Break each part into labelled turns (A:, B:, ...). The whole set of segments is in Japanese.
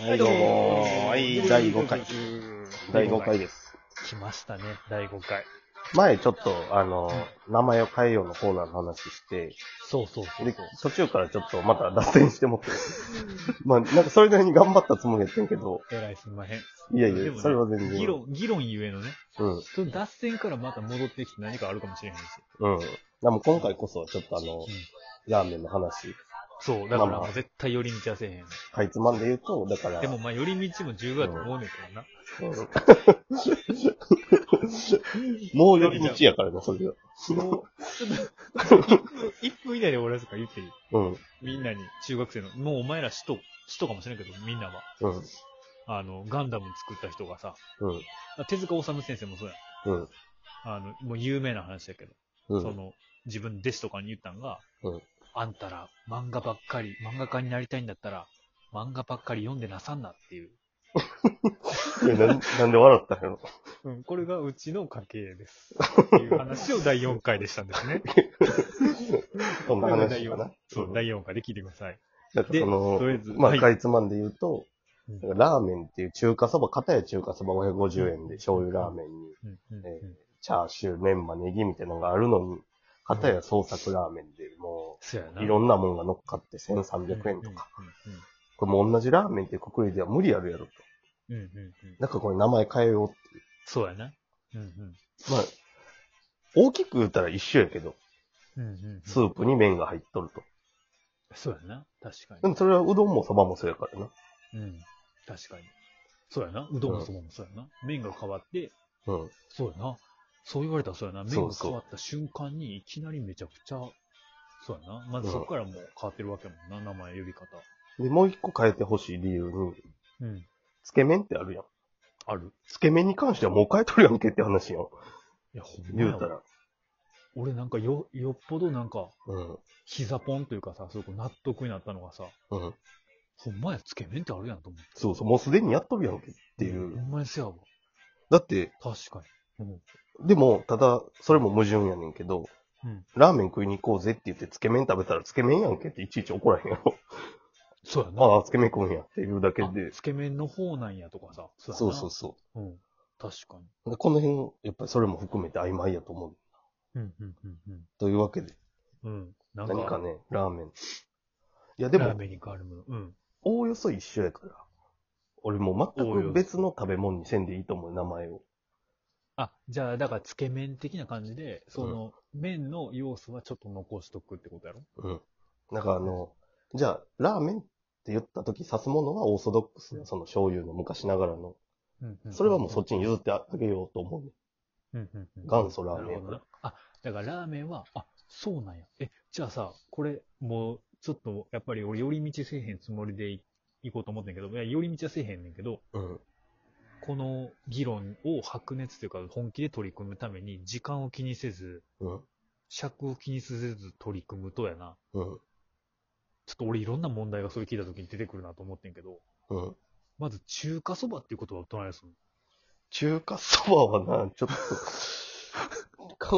A: はい、どうも
B: は。い
A: 第5回。第5回です。
B: 来ましたね、第5回。
A: 前ちょっと、あの、名前を変えようのコーナーの話して、
B: そうそうそう
A: で
B: そう。、
A: 途中からちょっとまた脱線しても って。まあ、なんかそれなりに頑張ったつもりやったんやけど、
B: えらいすんまへん。
A: いやい
B: で
A: や、
B: もね
A: それは全然。
B: 議論、議論ゆえのね、
A: うん、
B: その脱線からまた戻ってきて何かあるかもしれへんし。
A: うん。でも今回こそはちょっとあの
B: うん、
A: ラーメンの話、
B: そう、だか
A: まあ
B: ら
A: まあ
B: もう絶対寄り道はせえへん。
A: かいつまんで言うと、だから、
B: でもまあ寄り道も十分やと思うねんけどな。
A: うん もう寄り道やからね、それは。
B: もう、ちょっと、1分、 一分以内で終わらすから言っていい
A: うん、
B: みんなに、中学生の、もうお前ら使徒、使徒かもしれんけど、みんなは。
A: うん、
B: あの、ガンダム作った人がさ、
A: うん、
B: 手塚治虫先生もそうや
A: う
B: ん。
A: ん、
B: あの、もう有名な話やけど。
A: う
B: そ
A: ん、
B: の、自分の弟子とかに言ったんが、
A: うん
B: あんたら漫画ばっかり、漫画家になりたいんだったら、漫画ばっかり読んでなさんなっていう。
A: いやなんなんで笑ったんやろ。
B: うん、これがうちの家系です。っていう話を第4回でしたんで すね。
A: そんな
B: これ
A: 話か
B: が第
A: な
B: 四。そう、第4回で聞いてください。
A: なんかその
B: で、とりあえず
A: まあ、
B: はい
A: かいつまんで言うと、
B: うん
A: なんかラーメンっていう中華そば、片や中華そば550円で醤油ラーメンに、
B: うんうん
A: え
B: うん。
A: チャーシュー、メンマ、ネギみたいなのがあるのに、片や創作ラーメンでも
B: そうやな。
A: う、いろ
B: ん
A: んなもんが乗っかって1300円とか。。
B: うんうん
A: これもう同じラーメンって国りでは無理やるやろと。
B: うんうんうんうん。
A: なんかこれ名前変えようって
B: そうやな。うんうん。
A: まあ、大きく言ったら一緒やけど、
B: うんうんうん。
A: スープに麺が入っとると。
B: そうやな。確か
A: でもそれはうどんもそばもそうやからな。
B: に。うん。確かに。そうやな。うどんもそばもそうやな。麺が変わって、
A: うん。
B: そうやな。そう言われたらそうやな。
A: そ
B: 麺
A: う
B: が
A: そう
B: 変わった瞬間にいきなりめちゃくちゃ、そうやな。まず
A: うん
B: そこからもう変わってるわけやもんな、名前呼び方。
A: で、もう一個変えてほしい理由に、
B: うん。
A: つけ麺ってあるやん。
B: ある
A: つけ麺に関してはもう変えとるやんけって話やん。
B: いや、ほんま
A: 言う
B: や
A: た
B: わ。
A: ら。
B: 俺なんかよ、よっぽどなんか、
A: うん。
B: 膝ポンというかさ、そういう納得になったのがさ、
A: うん。
B: ほんまや、つけ麺ってあるやんと思う。っ
A: そうそう、もうすでにやっとるやんけっていう。
B: ほんまにせやわ。
A: だって、
B: 確かに。うん。
A: でも、ただ、それも矛盾やねんけど、
B: うん
A: ラーメン食いに行こうぜって言って、つけ麺食べたらつけ麺やんけっていちいち怒らへんや ろ。
B: そうやな。
A: ああ、つけ麺食うんやっていうだけ
B: あ
A: で。
B: つけ麺の方なんやとかさ。そ
A: そうそう
B: そ。
A: そう
B: うん。確かに。
A: う。でこの辺、やっぱりそれも含めて曖昧やと思う。
B: うん、うん、うん、
A: というわけで、
B: うん。うん。なんか、
A: 何かね、ラーメン。いや、で
B: ラー
A: も、
B: メンに変わるもの。うん。
A: おおよそ一緒やから。俺もう全く別の食べ物にせんでいいと思う、名前を。
B: あ、じゃあ、だから、つけ麺的な感じで、その、麺の要素はちょっと残しとくってことやろ
A: うん。なんかあの、じゃあ、ラーメンって言った時指すものはオーソドックスな、その醤油の昔ながらの。それはもうそっちに譲ってあげようと思うね。
B: うんうんうん
A: 元祖ラーメン
B: なるほどなあ、だからラーメンは、あ、そうなんや。え、じゃあさ、これ、もう、ちょっと、やっぱり俺、寄り道せえへんつもりでい行こうと思ってんけど、いや、寄り道はせえへんねんけど、
A: うん。
B: この議論を白熱というか、本気で取り組むために、時間を気にせず、
A: うん。
B: 尺を気にせず取り組むとやな。
A: うん。
B: ちょっと俺、いろんな問題がそれ聞いた時に出てくるなと思ってんけど、
A: うん。
B: まず中華そばっていう言葉を唱えすの。
A: 中華そばはな、ちょっと、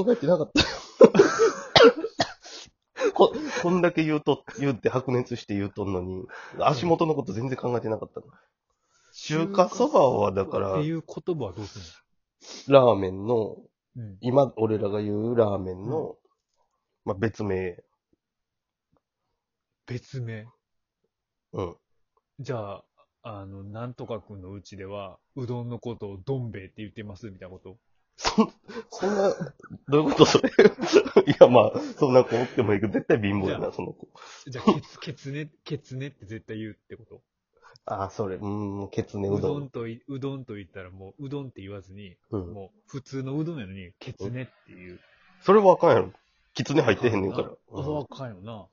A: 考えてなかった よ。こ、こんだけ言うと、言うって白熱して言うとんのに、足元のこと全然考えてなかったな。中華そばはだから
B: っていう言葉はどうする
A: ラーメンの、
B: のうん。
A: 今、俺らが言うラーメンの、まあ、別名。
B: 別名。
A: うん。
B: じゃあ、あの、なんとかくんのうちでは、うどんのことをどん兵衛って言ってますみたいなこと。
A: そ、 そんな、どういうことそれいや、まあ、そんな子おってもいいけど、絶対貧乏や
B: じゃ
A: な、その子。
B: じ ゃあ、ケツ、ケツネ、ケツネって絶対言うってこと。
A: ああ、それ、うーん、ケツネ
B: う
A: う
B: ど
A: ど
B: ん
A: ん。
B: とい、うどんと言ったらもう、うどんって言わずに、
A: うん。
B: もう、普通のうどんやのに、ケツネっていう。
A: それはあかんやろ。キツネ入ってへんねんから。
B: あ、
A: うん
B: そうかんよな。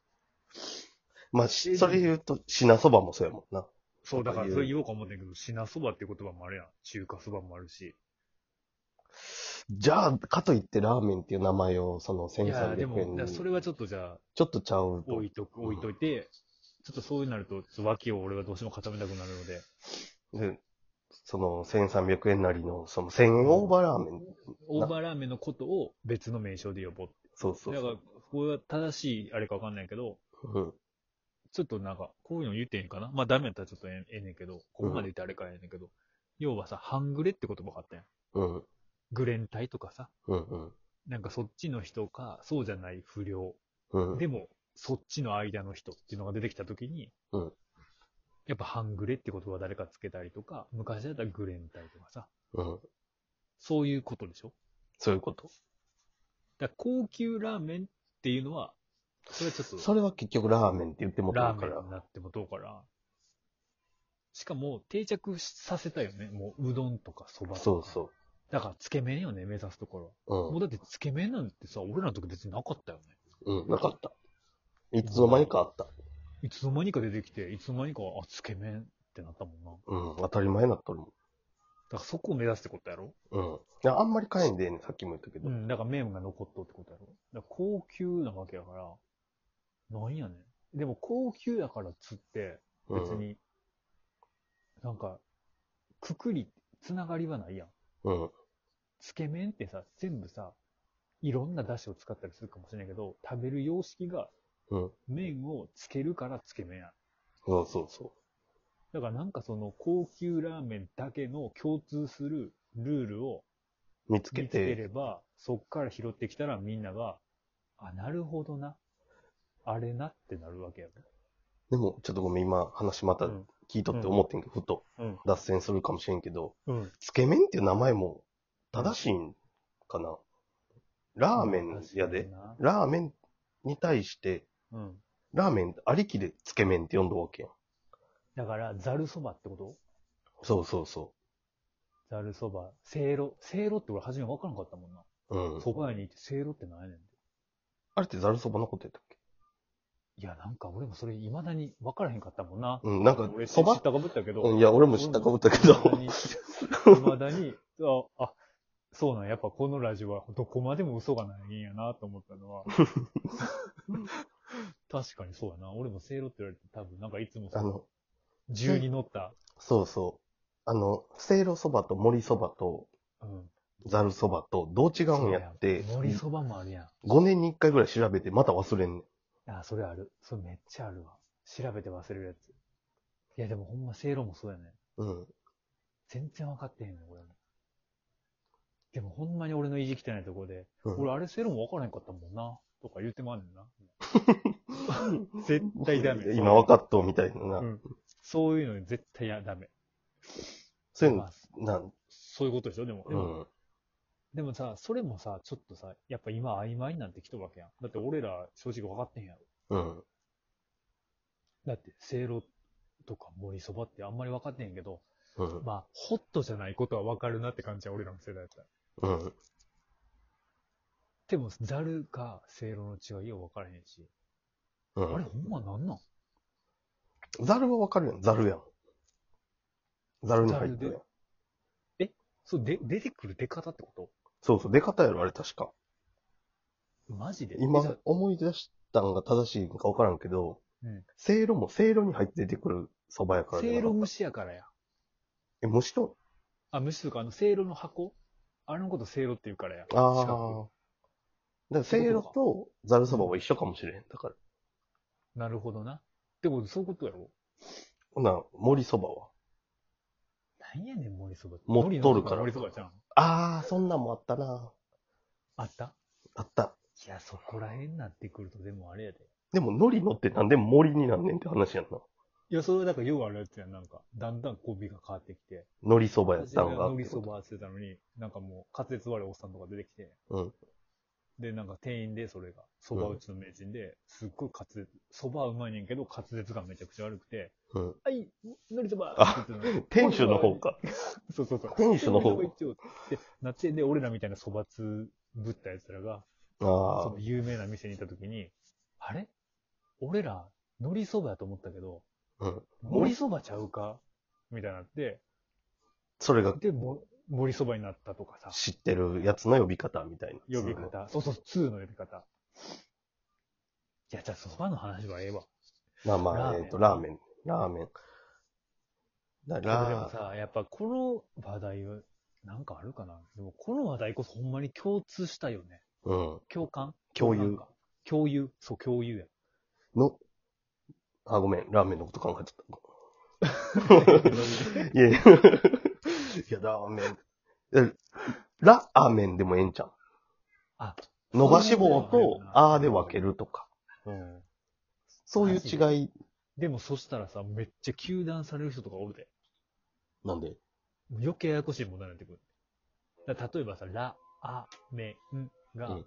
A: まあ、しそれ言うと、品そばもそうやもんな。
B: そう、だか
A: ああい
B: ら
A: う
B: それ言おうか思ってんけど、品そばって言葉もあるやん。中華そばもあるし。
A: じゃあ、かといってラーメンっていう名前を、その
B: いや、
A: 1300
B: でも、
A: 円
B: だから
A: に。
B: それはちょっとじゃあ、
A: ちょっとちゃうと
B: 置。いとく、置いといて、ちょっとそうなると、ちょっと脇を俺がどうしても固めたくなるので、
A: で、その1300円なりの、その1000円オーバーラーメン。
B: オーバーラーメンのことを別の名称で呼ぼうって。
A: そうそう
B: だ
A: そ
B: から
A: う。、
B: これは正しいあれかわかんないけど、
A: うん。
B: ちょっとなんか、こういうの言ってへんかなまあダメやったらちょっとええええねんけど、ここまで言ってあれからええねんけど、要はさ、半グレって言葉があったやん。
A: うん。
B: グレン隊とかさ、
A: うん。うん。
B: なんかそっちの人か、そうじゃない不良。
A: うん。
B: でも、そっちの間の人っていうのが出てきたときに、
A: うん
B: やっぱ半グレって言葉誰かつけたりとか、昔だったらグレン隊とかさ、
A: うん。
B: そういうことでしょ
A: そういうこと。
B: だから高級ラーメンっていうのは、それはちょっと。
A: それは結局ラーメンって言ってもら
B: ラ
A: う
B: ー
A: か
B: メン
A: ら
B: に。なってもどうから。しかも定着させたよね。もううどんとかそばとか。。
A: そうそう
B: だからつけ麺よね、目指すところ。
A: う。うん
B: もう。だってつけ麺なんてさ、俺らの時別になかったよね。
A: うん、なかった。いつの間にかあった。
B: いつの間にか出てきて、いつの間にか、あ、つけ麺ってなったもんな。だ
A: うん、当たり前になっとるもん。
B: からそこを目指すってことやろ
A: うん。いや、あんまり買えんでええねんさっきも言ったけ
B: う
A: ど。
B: ん、だから麺が残っとってことやろだから高級なわけやから、なんやねん。でも高級やからっつって、
A: うん、
B: 別。に、なんか、くくり、つながりはないやん。
A: うん、
B: つけ麺ってさ、全部さ、いろんな出汁を使ったりするかもしれないけど、食べる様式が
A: うん。
B: 麺をつけるからつけ麺やん。
A: そうそうそ
B: だからなんかその高級ラーメンだけの共通するルールを
A: う。見つけ
B: 見つけ
A: て、
B: れば、そっから拾ってきたらみんなが、あ、なるほどな。あれなってなるわけや
A: でも、ちょっとごめん、今話また
B: ろ。うん。
A: 聞いとって思ってんけど、ふと
B: うん。
A: 脱線するかもしれんけど、
B: うん。
A: つけ麺っていう名前も正しいんかな。ラーメンやで、
B: まあ。確か
A: ラーメンに対して、
B: になうん。
A: ラーメンありきでつけ麺って呼んだわけやん。
B: だから、ざるそばってこと
A: そうそうそ
B: ざるそば。せいろ。せいろって俺初め分からんかったもんな。
A: う。うん。
B: そば屋に行ってせいろってなんやねん。
A: あれってざるそばのことやったっけ
B: いや、なんか俺もそれ未だに分からへんかったもんな。
A: うん、なんか
B: 俺、、
A: そば
B: 知ったかぶったけど。
A: うん、いや、俺も知ったかぶったけど。
B: 未だに、未だにあ、あ、そうなん、やっぱこのラジオはどこまでも嘘がないんやなと思った のは。確かにそうやな。俺もせいろって言われて、多分なんかいつも
A: あ
B: その
A: の、
B: 銃に乗った、
A: そうそう。あの、せいろそばと森そばと
B: うん。
A: ざるそばとどう違うんやって、
B: そうや森そばもあるやん。
A: 5年に1回ぐらい調べてまた忘れんねん。
B: あ、それある。それめっちゃあるわ。調べて忘れるやつ。いや、でもほんませいろもそうやね。
A: うん。
B: 全然分かってへんねん、俺も。でもほんまに俺の意地汚いとこで、
A: うん
B: 俺あれせろも分からへんかったもんな、とか言ってまうねんな。 絶対ダメ。
A: 今分かっと、みたいなな。
B: うんそういうのに絶対やダメ。
A: そういうの
B: ま、あ
A: なん、
B: そういうことでしょ、でも。
A: う
B: でも
A: ん。
B: でもさ、それもさ、ちょっとさ、やっぱ今曖昧になってきたわけやん。だって俺ら正直分かってへんや
A: う
B: ろ。
A: ん。
B: だって、せいろとか森そばってあんまり分かってへんけど、
A: うん。
B: まあ、ホットじゃないことは分かるなって感じは俺らの世代だったら。
A: うん。
B: でも、ザルかせいろの違いは分からへんし。
A: う
B: あれ
A: ん。
B: ほんまなんなん
A: ざるは分かるやん。ざるやん。ざるに入ってるや
B: ざる
A: ん。
B: そう、で、出てくる出方ってこ
A: そうそう、出方やろ、あれ確か。
B: とマジでえじゃ
A: 今
B: あ、
A: 思い出したんが正しいのか分からんけど
B: うん、
A: せいろもせいろに入って出てくるそばやからじゃ
B: せ
A: ない
B: ろ蒸しやからや。
A: え、虫と
B: あ、蒸しというか、あの、せいろの箱あれのことせいろって言うからや。
A: ああ。だ
B: 四
A: か
B: 角
A: ら、せいろとざるそばは一緒かもしれへん。だから、
B: なるほどな。ってこと、そういうことやろ
A: ほな、森そばは。
B: なんやねん、森そばって。
A: 持っとるから
B: 森のそば森そばちゃん。
A: ああ、そんなんもあったな。
B: あった
A: あった。
B: いや、そこら辺になってくると、でもあれやで。
A: でも、海苔のってなんで森になんねんって話やんな。
B: いや、それはだから、ようあるやつやん。なんか、だんだんコンビが変わってきて。
A: 海苔そばやっ
B: 私
A: た
B: が
A: んが。
B: のりそばってたのに、なんかもう、滑舌悪いおっさんとか出てきて。
A: うん
B: で、なんか店員で、それが、蕎麦打ちの名人で、すっごい滑舌、蕎麦はうまいねんけど、滑舌がめちゃくちゃ悪くて、
A: うん。
B: はい、のりそば
A: あ
B: って言ってたの
A: 店主の方。か。
B: そうそうそう。
A: 店主の方
B: のりそば一応ってなって、で、俺らみたいな蕎麦つぶった奴らが、そ
A: あ
B: の有名な店に行った時に、あれ俺ら、のりそばやと思ったけど、
A: あ。うん。
B: もりそばちゃうかみたいになって、
A: それが
B: で、も、もりそばになったとかさ、
A: 知ってるやつの呼び方みたいな。
B: 呼び。方。そうそう、2の呼び方。いや、じゃあそばの話はええわ。
A: まあま
B: ラ
A: あ、
B: ーメ
A: え
B: ン
A: っと、ラーメン。ラーメン。だ
B: でも
A: ラー
B: さ、やっぱこの話題は、なんかあるかなでもこの話題こそほんまに共通したよね。
A: うん。
B: 共感
A: 共有
B: 感か共有。そう、共有や。
A: の、あ、ごめん、ラーメンのこと考えちゃった。
B: う
A: いやいや。いや、ラーメン。えラーメンでもええんちゃう
B: あ
A: 伸ばし棒とあーで分けるとか。
B: ん。
A: そういう違い
B: でもそしたらさ、めっちゃ糾弾される人とかおるで。
A: なんで。
B: 余計ややこしい問題になってくる。だから例えばさ、ラ、ア、メ、ン
A: う
B: が
A: ん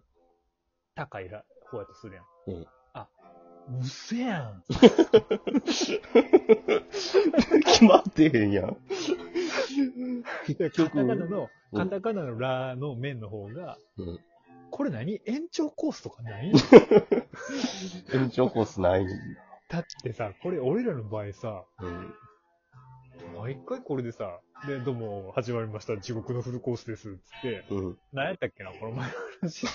B: 高いら方やとするやん。
A: うん
B: あ、うせやん。
A: 決まってへんやん。結
B: カタカナ
A: 局、
B: の、
A: うん
B: カタカナのラの面の方が、
A: うん
B: これ何延長コースとかない
A: 延長コースない。う
B: だってさ、これ俺らの場合さ、
A: ん。
B: 毎回これでさ、で、どうも、始まりました、地獄のフルコースです、つって、
A: うん。
B: 何やったっけな、この前の話。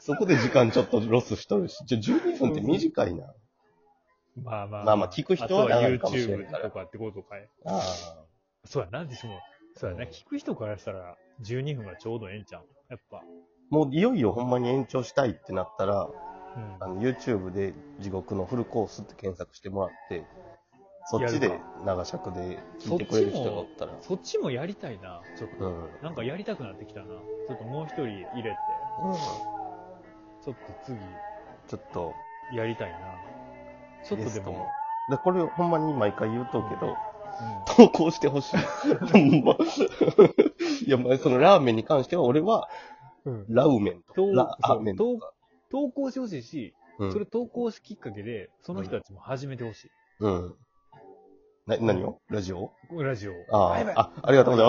A: そこで時間ちょっとロスしとるし、じゃ12分って短いな。
B: まあまあ、
A: まあまあ聞く人は
B: あと
A: 長いかもしれん
B: YouTube とかってことかい。
A: あ
B: そうやな、でも、そうやな、
A: うん
B: 聞く人からしたら、12分がちょうどええんちゃうやっぱ。
A: もういよいよほんまに延長したいってなったら、
B: うん
A: あ。の YouTube で地獄のフルコースって検索してもらって、そっち
B: や
A: で
B: る
A: 長尺で聞いてくれる人がおったら。
B: そっちもやりたいな、ちょっと。
A: うん。
B: なんかやりたくなってきたな。ちょっともう一人入れて、ちょっと次
A: ちょっと、
B: やりたいな。ちょっ
A: ゲ
B: とで
A: ストも
B: も、。
A: でこれほんまに毎回言うとうけど、
B: うん
A: 投稿してほしい。ほんま。 いや、まあ、そのラーメンに関しては、俺は、
B: うん
A: ラウメンとか、
B: 投
A: ラ
B: そ
A: ー
B: う
A: メンと
B: 投
A: か。
B: 投稿してほしいし、
A: うん
B: それ投稿しきっかけで、その人たちも始めてほしい。
A: うん。な、何をラジオ
B: ラジオを。
A: あ
B: バイバイ
A: あ、あ、ありがとうございます。